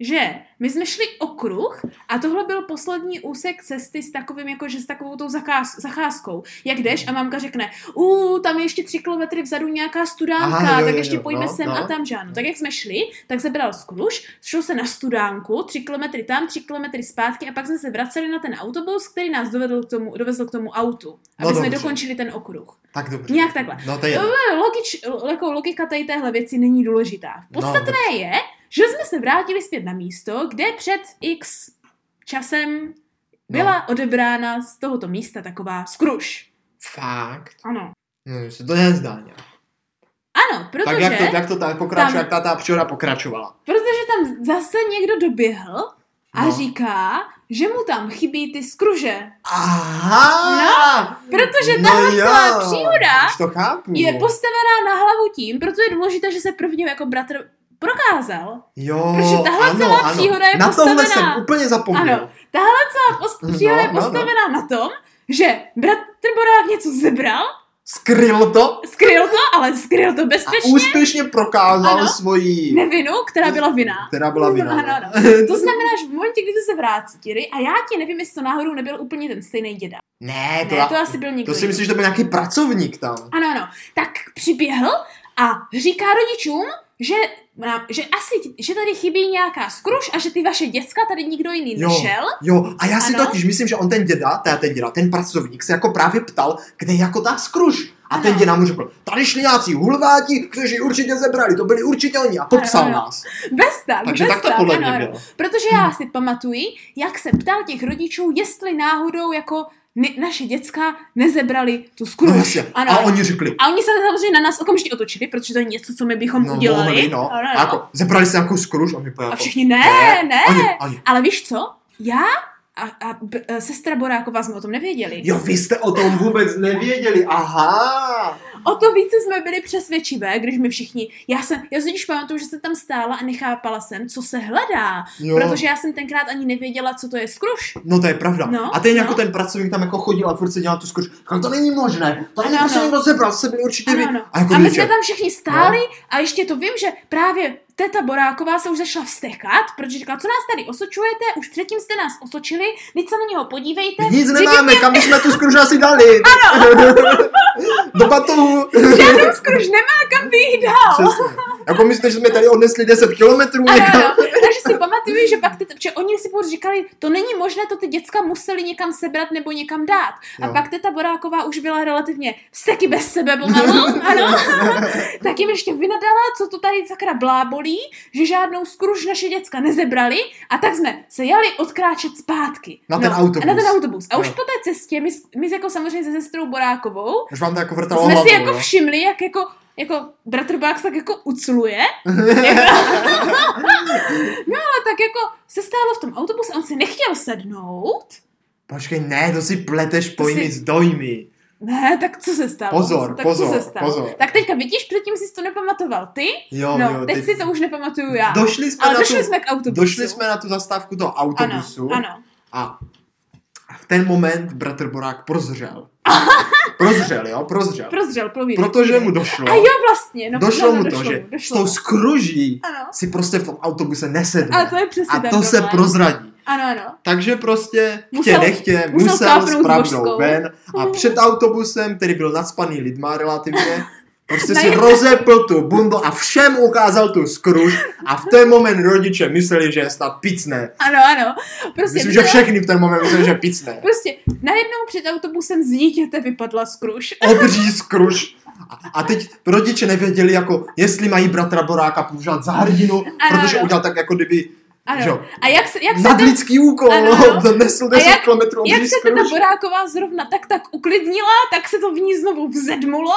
B: že my jsme šli okruh a tohle byl poslední úsek cesty s takovým jako, že s takovou tou zakáz, zacházkou. Jak jdeš a mamka řekne, u tam je ještě tři kilometry vzadu nějaká studánka,
A: Aha, jo,
B: tak
A: jo,
B: ještě
A: jo,
B: pojďme
A: no,
B: sem
A: no.
B: a tam, že ano. Tak jak jsme šli, tak se bral skruš, šlo se na studánku, tři kilometry tam, tři kilometry zpátky a pak jsme se vraceli na ten autobus, který nás dovedl k tomu, dovezl k tomu autu,
A: No
B: aby jsme
A: dobře.
B: dokončili ten okruh.
A: Tak dobře.
B: Nějak takhle.
A: No to je.
B: Jo, Logič, jako logika tady téhle věci není důležitá. Podstatné no. je, že jsme se vrátili zpět na místo, kde před x časem byla no. odebrána z tohoto místa taková skruš.
A: Fakt.
B: Ano.
A: No, že se to nezdá nějak.
B: Ano,
A: Tak
B: protože,
A: jak to, jak to tak pokračuje,
B: No tam-
A: jak ta, ta příroda pokračovala.
B: protože tam zase někdo doběhl a
A: No.
B: no. říká, že mu tam chybí ty skruže.
A: Aha! No,
B: Protože tahle
A: jo,
B: celá příroda
A: už to chápu.
B: je postavená na hlavu tím, proto je důležité, že se prvně jako bratr prokázal.
A: Jo,
B: Protože tahle
A: ano,
B: celá
A: ano.
B: příhoda je
A: Na tohle
B: postavená-
A: jsem úplně zapomněl.
B: Ano, tahle celá post- příhoda je
A: No, no, no.
B: postavená na tom, že bratr Borák něco zebral,
A: Skryl to
B: skryl to, ale skryl to
A: a
B: bezpečně
A: úspěšně prokázal
B: Ano.
A: svoji...
B: nevinu, která byla vinná.
A: Která byla vina.
B: Ano,
A: no.
B: ano. To znamená, že v momentě, kdy jste se vrátili, a já ti nevím, jestli to náhodou nebyl úplně ten stejný děda.
A: Ne, to,
B: Ne, to asi byl někdo.
A: to si
B: jiný.
A: myslím, že to byl nějaký pracovník tam.
B: Ano, ano. Tak přiběhl a říká rodičům, že, na- že asi, že tady chybí nějaká skruš a že ty vaše děcka tady nikdo jiný
A: Jo.
B: nešel.
A: Jo, a já si
B: Ano.
A: totiž myslím, že on ten děda, teda ten děda, ten pracovník se jako právě ptal, kde je jako ta skruž. A
B: Ano.
A: ten děda mu řekl, tady šli nějací hulváti, kteří ji určitě zebrali, to byli určitě oni a popsal
B: Ano, ano.
A: nás.
B: Bez tak,
A: Takže
B: bez
A: tak to podle
B: ano,
A: mě
B: ano.
A: bylo. No,
B: Protože
A: Hmm.
B: já si pamatuji, jak se ptal těch rodičů, jestli náhodou jako ne, naše děcka nezebrali tu skruš.
A: No jasně,
B: Ano,
A: a
B: ano.
A: oni řekli,
B: A oni se samozřejmě na nás okamžitě otočili, protože to je něco, co my bychom
A: no
B: udělali.
A: mohli, no.
B: Ano,
A: A
B: ano.
A: jako, zebrali se nějakou skruž, a my
B: a
A: pojďme.
B: všichni ne, ne.
A: jako, Ani, ani.
B: Ale víš co? Já a, a b, a sestra Boráková jsme o tom nevěděli.
A: Jo, vy jste o tom vůbec nevěděli, aha.
B: O to více jsme byli přesvědčivé, když my všichni. Já jsem, já si totiž pamatuju, že jsem tam stála a nechápala jsem, co se hledá.
A: Jo.
B: Protože já jsem tenkrát ani nevěděla, co to je skruš.
A: No to je pravda.
B: No,
A: a ten jako
B: no.
A: ten pracovník tam jako chodil a furt se dělal tu skruž. Říkal, to není možné, to není
B: Ano,
A: prostě
B: ano.
A: někdo zebral, to se byli určitě vy.
B: Ano, ano.
A: A jako
B: A my
A: rodiče,
B: jsme tam všichni stáli a ještě to vím, že právě teta Boráková se už začala vstekat, protože říkala, co nás tady osočujete, už předtím jste nás osočili, teď se na něho podívejte.
A: Nic nemáme, kam jsme tu skruž asi dali. Ano. Do batohu.
B: Žádný skruž nemá kam být dál.
A: Přesně. Jako myslíte, že jsme tady odnesli 10 kilometrů
B: Ano,
A: někam?
B: ano. Takže si pamatuju, že pak ty, že oni si furt říkali, to není možné, to ty děcka museli někam sebrat nebo někam dát. A
A: Jo.
B: pak teta Boráková už byla relativně vsteky bez sebe pomalu, ano. tak jim ještě vynadala, co to tady sakra blábolí, že žádnou skruž naše děcka nezebrali a tak jsme se jeli odkráčet zpátky. No,
A: Na ten autobus.
B: Na ten autobus. A už
A: Jo.
B: po té cestě, my, s- my jako samozřejmě se sestrou Borákovou,
A: Až vám to jako vrtalo
B: jsme
A: hlavu,
B: si jako
A: jo?
B: všimli, jak jako jako bratr Bax tak jako ucluje. no ale tak jako se stálo v tom autobuse, on si nechtěl sednout.
A: Počkej, ne, to si pleteš pojmy
B: si-
A: s dojmy.
B: Ne, tak co se stalo?
A: Pozor,
B: tak co
A: pozor,
B: se stalo?
A: pozor.
B: Tak teďka vidíš, předtím jsi to nepamatoval ty,
A: Jo,
B: no,
A: jo,
B: teď, si to už nepamatuju já.
A: Došli jsme,
B: ale
A: na
B: došli
A: tu,
B: jsme k autobusu.
A: došli jsme na tu zastávku toho
B: ano,
A: autobusu.
B: ano.
A: A v ten moment bratr Borák prozřel. prozřel, jo, prozřel.
B: Prozřel, prověřil.
A: Protože mu došlo.
B: A jo, vlastně. No,
A: došlo
B: no,
A: mu
B: no,
A: to,
B: došlo
A: že
B: mu,
A: s
B: došlo
A: tou
B: mu.
A: skruží
B: Ano.
A: si prostě v tom autobuse nesedne.
B: A to je přesně
A: a
B: ten
A: to se
B: problém.
A: prozradí.
B: Ano, ano.
A: Takže prostě
B: Musel-
A: musel, tě nechtě
B: musel
A: musel,
B: tápnout
A: s pravdou
B: božskou.
A: ven
B: Hmm.
A: a před autobusem, který byl nadspaný lidma relativně, prostě si
B: Najednou-
A: rozepl tu bundu a všem ukázal tu skruž a v ten moment rodiče mysleli, že je snad picné.
B: Ano, ano. Prostě
A: Myslím, že
B: viděla-
A: všechny v ten moment mysleli, že je picné.
B: Prostě najednou před autobusem z dítěte vypadla skruš.
A: obří skruš. A- A teď rodiče nevěděli, jako, jestli mají bratra Boráka považovat za hrdinu,
B: Ano,
A: protože
B: ano.
A: udělal tak, jako kdyby
B: Ano.
A: Jo.
B: A jak se, jak se ta,
A: nadlidský úkol,
B: Ano, ano.
A: no, to nesl 10
B: jak-
A: kilometrů
B: jak
A: obří
B: se teda
A: skruš.
B: Boráková zrovna tak tak uklidnila, tak se to v ní znovu vzedmulo.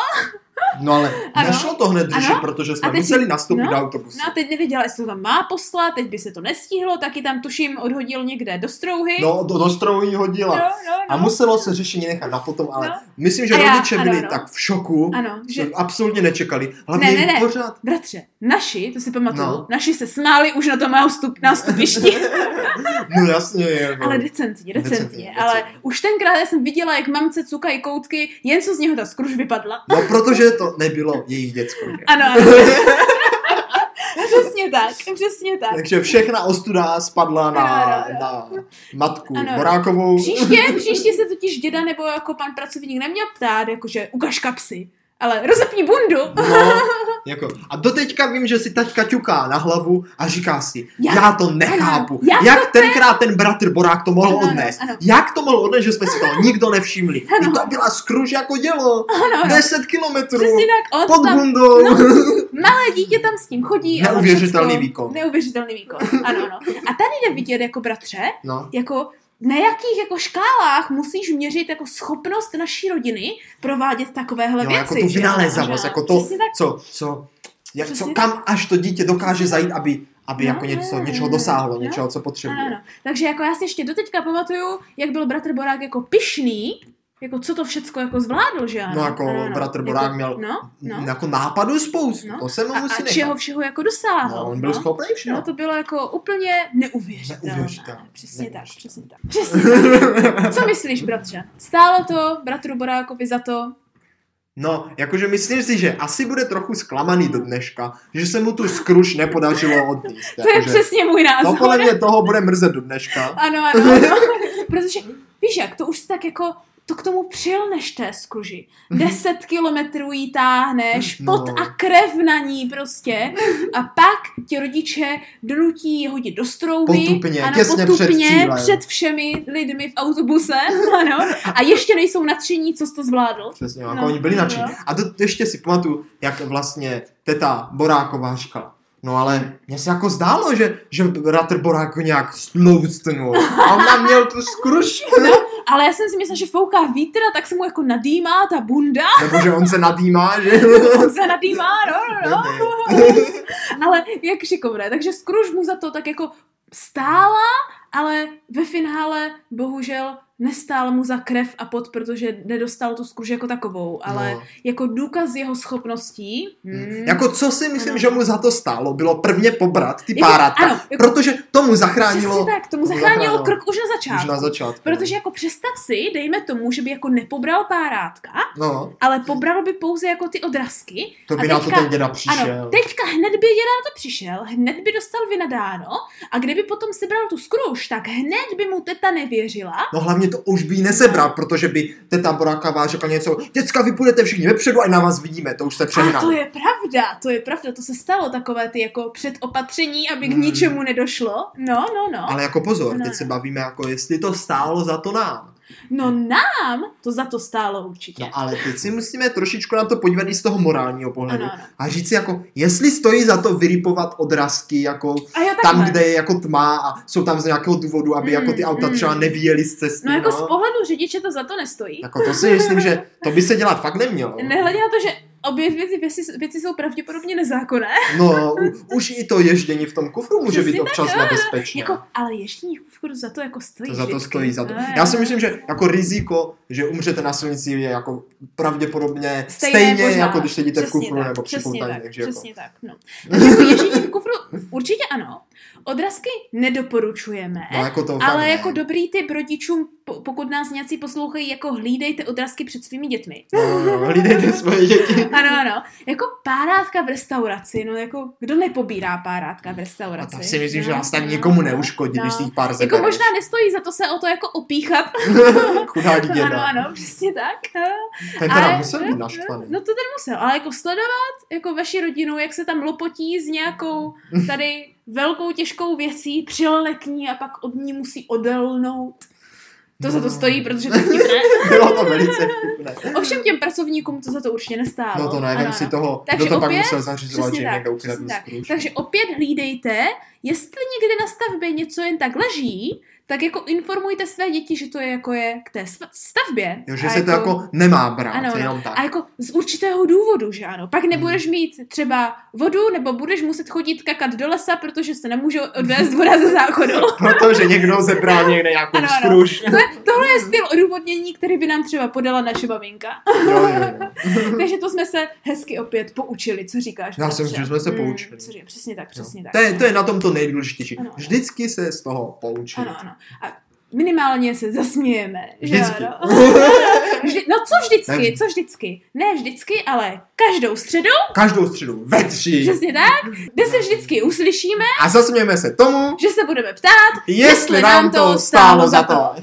A: No ale
B: Ano.
A: nešlo to hned řešit,
B: Ano.
A: protože
B: A
A: jsme
B: teď-
A: museli nastoupit
B: no.
A: do autobusu.
B: No a teď nevěděla, jestli to tam má poslat, teď by se to nestihlo, taky tam tuším odhodil někde do strouhy.
A: No, do, do strojí
B: no,
A: hodila.
B: no, no.
A: A muselo se řešení nechat na potom, ale No.
B: No.
A: myslím, že
B: A já-
A: rodiče
B: ano,
A: byli
B: ano.
A: tak v šoku,
B: Ano,
A: že
B: že
A: absolutně nečekali. Hlavně
B: Ne, ne, ne.
A: pořád.
B: bratře, naši, to si pamatuju,
A: No.
B: naši se smáli už na tom nástup, nástupišti.
A: No jasně, jako.
B: Ale decentně, decentně.
A: Decentně,
B: Ale
A: decentně.
B: už tenkrát já jsem viděla, jak mamce cukají koutky, jen co z něho ta skruž vypadla.
A: No protože to nebylo jejich děcko. že?
B: Ano, ano. přesně tak, přesně tak.
A: Takže všechna ostuda spadla na,
B: Ano, ano.
A: na matku
B: Ano.
A: ano. Borákovou.
B: Příště, příště se totiž děda nebo jako pan pracovník neměl ptát, jakože ukaž kapsy, ale rozepni bundu.
A: No, jako. A doteďka vím, že si taťka ťuká na hlavu a říká si,
B: Jak?
A: jak? já to nechápu.
B: Ano, jak
A: Jak, jak tenkrát ten bratr Borák to mohl
B: Ano, ano,
A: odnést?
B: ano.
A: Jak to mohl odnést, že jsme si to nikdo nevšimli?
B: Ano.
A: I to byla skruž jako dělo.
B: Ano, ano.
A: 10 kilometrů.
B: Přesně tak, on
A: Pod
B: tam, No.
A: bundou.
B: malé dítě tam s tím chodí. ale
A: Neuvěřitelný
B: všecko-
A: výkon.
B: Neuvěřitelný výkon, ano, ano. A tady jde vidět jako bratře,
A: No.
B: jako na jakých jako škálách musíš měřit jako schopnost naší rodiny provádět takovéhle
A: Jo,
B: věci.
A: jako tu
B: že jo?
A: vynalézavost,
B: Ano,
A: jako to,
B: přesně tak.
A: co, co, jak,
B: Přesně
A: co,
B: tak.
A: kam až to dítě dokáže zajít, aby, aby
B: No,
A: jako něco,
B: no,
A: něčeho
B: no, no.
A: dosáhlo, něčeho, co
B: Ano,
A: potřebuje.
B: ano. Takže jako já si ještě doteďka pamatuju, jak byl bratr Borák jako pišný, jako co to všecko jako zvládl, že ano.
A: No, jako
B: ano, ano.
A: bratr
B: Jako-
A: Borák měl
B: No, no.
A: Jako nápadů spoustu,
B: No.
A: to se mu
B: A,
A: musí
B: a
A: nechat.
B: čeho všeho jako dosáhl.
A: No, on byl
B: no.
A: schopný všeho.
B: No to bylo jako úplně neuvěřitelné.
A: Neuvěřitelné,
B: Přesně tak,
A: neuvěřitelné.
B: přesně tak. Přesně tak. Co myslíš, bratře? Stálo to bratru Borákovi za to?
A: no, jakože myslím si, že asi bude trochu zklamaný do dneška, že se mu tu skruš nepodařilo odníst.
B: To je
A: jakože-
B: přesně můj
A: No
B: názor.
A: podle mě toho bude mrzet do dneška.
B: Ano, ano, ano. Protože víš jak, to už si tak jako to k tomu přilneš té skruži. Deset kilometrů jí táhneš, pot
A: No.
B: a krev na ní prostě. A pak ti rodiče donutí ji hodit do strouhy.
A: Potupně,
B: ano,
A: těsně před
B: potupně
A: cílem.
B: před všemi lidmi v autobuse. Ano. A ještě nejsou nadšení, co jsi to zvládl.
A: Přesně,
B: No,
A: jako oni byli
B: no.
A: nadšení. A to ještě si pamatuju, jak vlastně teta Boráková říkala. No ale mně se jako zdálo, že, že bratr Borák ho nějak stloustnul. A on tam měl tu skruš.
B: Ale já jsem si myslela, že fouká vítr a tak se mu jako nadýmá ta bunda.
A: Nebo že on se nadýmá, že...
B: On se nadýmá, no, no, no. Ale jak šikovné, takže Scrooge mu za to tak jako stála, ale ve finále bohužel nestál mu za krev a pot, protože nedostal tu skruž jako takovou, ale no.
A: no.
B: jako důkaz jeho schopností.
A: Hmm.
B: Hmm,
A: Jako co si myslím, ano.
B: Ano.
A: že mu za to stálo, bylo prvně pobrat ty
B: Jako-
A: párátka,
B: ano, jako-
A: protože tomu
B: přesně
A: zachránilo
B: tak, tomu
A: tomu
B: zachránilo
A: zachránilo.
B: krk už na
A: už
B: začátku.
A: na začátku.
B: Protože jako představ si, dejme tomu, že by jako nepobral párátka,
A: No,
B: ale pobral by pouze jako ty odrazky.
A: to by
B: A
A: na to
B: teďka-
A: ten děda
B: Ano,
A: přišel.
B: teďka hned by děda na to přišel, hned by dostal vynadáno a kdyby potom sebral tu skruž, tak hned by mu teta nevěřila.
A: No hlavně to už by jí nesebral, protože by teta Boráková řekla něco, děcka, vy půjdete všichni vepředu a na vás vidíme, to už se
B: A to
A: přehnal.
B: je pravda, to je pravda, to se stalo takové ty jako předopatření, aby k
A: Hmm.
B: ničemu nedošlo. No, no, no.
A: Ale jako pozor,
B: Ano,
A: teď
B: ano.
A: se bavíme jako jestli to stálo za to nám.
B: No nám to za to stálo určitě.
A: No ale teď si musíme trošičku na to podívat i z toho morálního pohledu.
B: Ano, ano.
A: A říct si jako, jestli stojí za to vyrýpovat odrazky jako
B: A jo,
A: tam,
B: takhle.
A: kde je jako tma a jsou tam z nějakého důvodu, aby jako ty
B: Mm,
A: auta
B: mm.
A: třeba nevíjely z cesty.
B: No jako z pohledu řidiče to za to nestojí.
A: jako to si myslím, že to by se dělat fakt nemělo.
B: Nehledě na to, že obě věci, věci, věci jsou pravděpodobně nezákonné.
A: No, u, už i to ježdění v tom kufru může
B: Přesně
A: být
B: tak,
A: občas
B: jo, jo.
A: nebezpečné.
B: Jako, ale ještě furt za to jako stojí.
A: To za to
B: vždycky.
A: stojí, za to.
B: No,
A: Já
B: jo.
A: si myslím, že jako riziko, že umřete na silnici je jako pravděpodobně
B: Stejné
A: stejné, stejně
B: pořád.
A: jako když sedíte v
B: Přesně
A: kufru
B: tak,
A: nebo při
B: přesně
A: poutaní,
B: tak,
A: takže jako.
B: přesně tak, no. Takže jako ježení v kufru určitě ano. Odrazky nedoporučujeme.
A: No, jako to fakt
B: Ale
A: ne.
B: jako dobrý tip rodičům, po- pokud nás nějací poslouchají, jako hlídejte odrazky před svými dětmi.
A: No, no, no, hlídejte svoje děti.
B: Ano, ano. Jako párátka v restauraci, no jako, kdo nepobírá párátka v
A: A
B: restauraci?
A: tak si myslím,
B: no,
A: že nás tak
B: no,
A: nikomu neuškodí,
B: no.
A: když si jich pár
B: Jako
A: zebereš.
B: možná nestojí za to se o to jako opíchat.
A: Chudá
B: ano,
A: děda.
B: ano, přesně tak. no.
A: Ten teda
B: Ale-
A: musel být naštvaný.
B: No to ten musel, ale jako sledovat jako vaši rodinu, jak se tam lopotí s nějakou tady velkou těžkou věcí, přilne k ní a pak od ní musí odelnout. To za to
A: No.
B: stojí, protože to vtipné.
A: Bylo to velice vtipné.
B: Ovšem těm pracovníkům to za to určitě nestálo.
A: No to ne,
B: Ano,
A: vem si
B: ano.
A: toho,
B: Takže
A: kdo to pak
B: opět-
A: musel zařizovat,
B: přesně
A: že jim
B: tak,
A: někdo
B: přesně
A: ukradl
B: tak.
A: skrušku.
B: Takže opět hlídejte, jestli někde na stavbě něco jen tak leží, tak jako informujte své děti, že to je jako je k té sv- stavbě.
A: Jo, že
B: A
A: se to jako nemá brát,
B: Ano, no.
A: jenom tak.
B: A jako z určitého důvodu, že ano. Pak nebudeš
A: Hmm.
B: mít třeba vodu, nebo budeš muset chodit kakat do lesa, protože se nemůže odvést voda ze záchodu.
A: Protože někdo zebral někde nějakou
B: Ano, ano.
A: skruš.
B: To je, tohle je styl odůvodnění, který by nám třeba podala naše maminka.
A: Jo, jo, jo.
B: Takže to jsme se hezky opět poučili, co říkáš?
A: Já si myslím,
B: Petře?
A: že jsme se
B: Mm,
A: poučili.
B: co říkáš? Přesně tak, přesně
A: No.
B: tak.
A: To, je, to je na tom to nejdůležitější.
B: Ano, ano.
A: Vždycky se z toho poučit.
B: Ano, ano. A minimálně se zasmějeme, že
A: Vždycky.
B: ano? Vždy, no co vždycky, co vždycky? Ne vždycky, ale každou středu,
A: Každou středu ve tři.
B: přesně tak, kde se vždycky uslyšíme,
A: A zasmějeme se tomu,
B: že se budeme ptát,
A: jestli nám to stálo za to.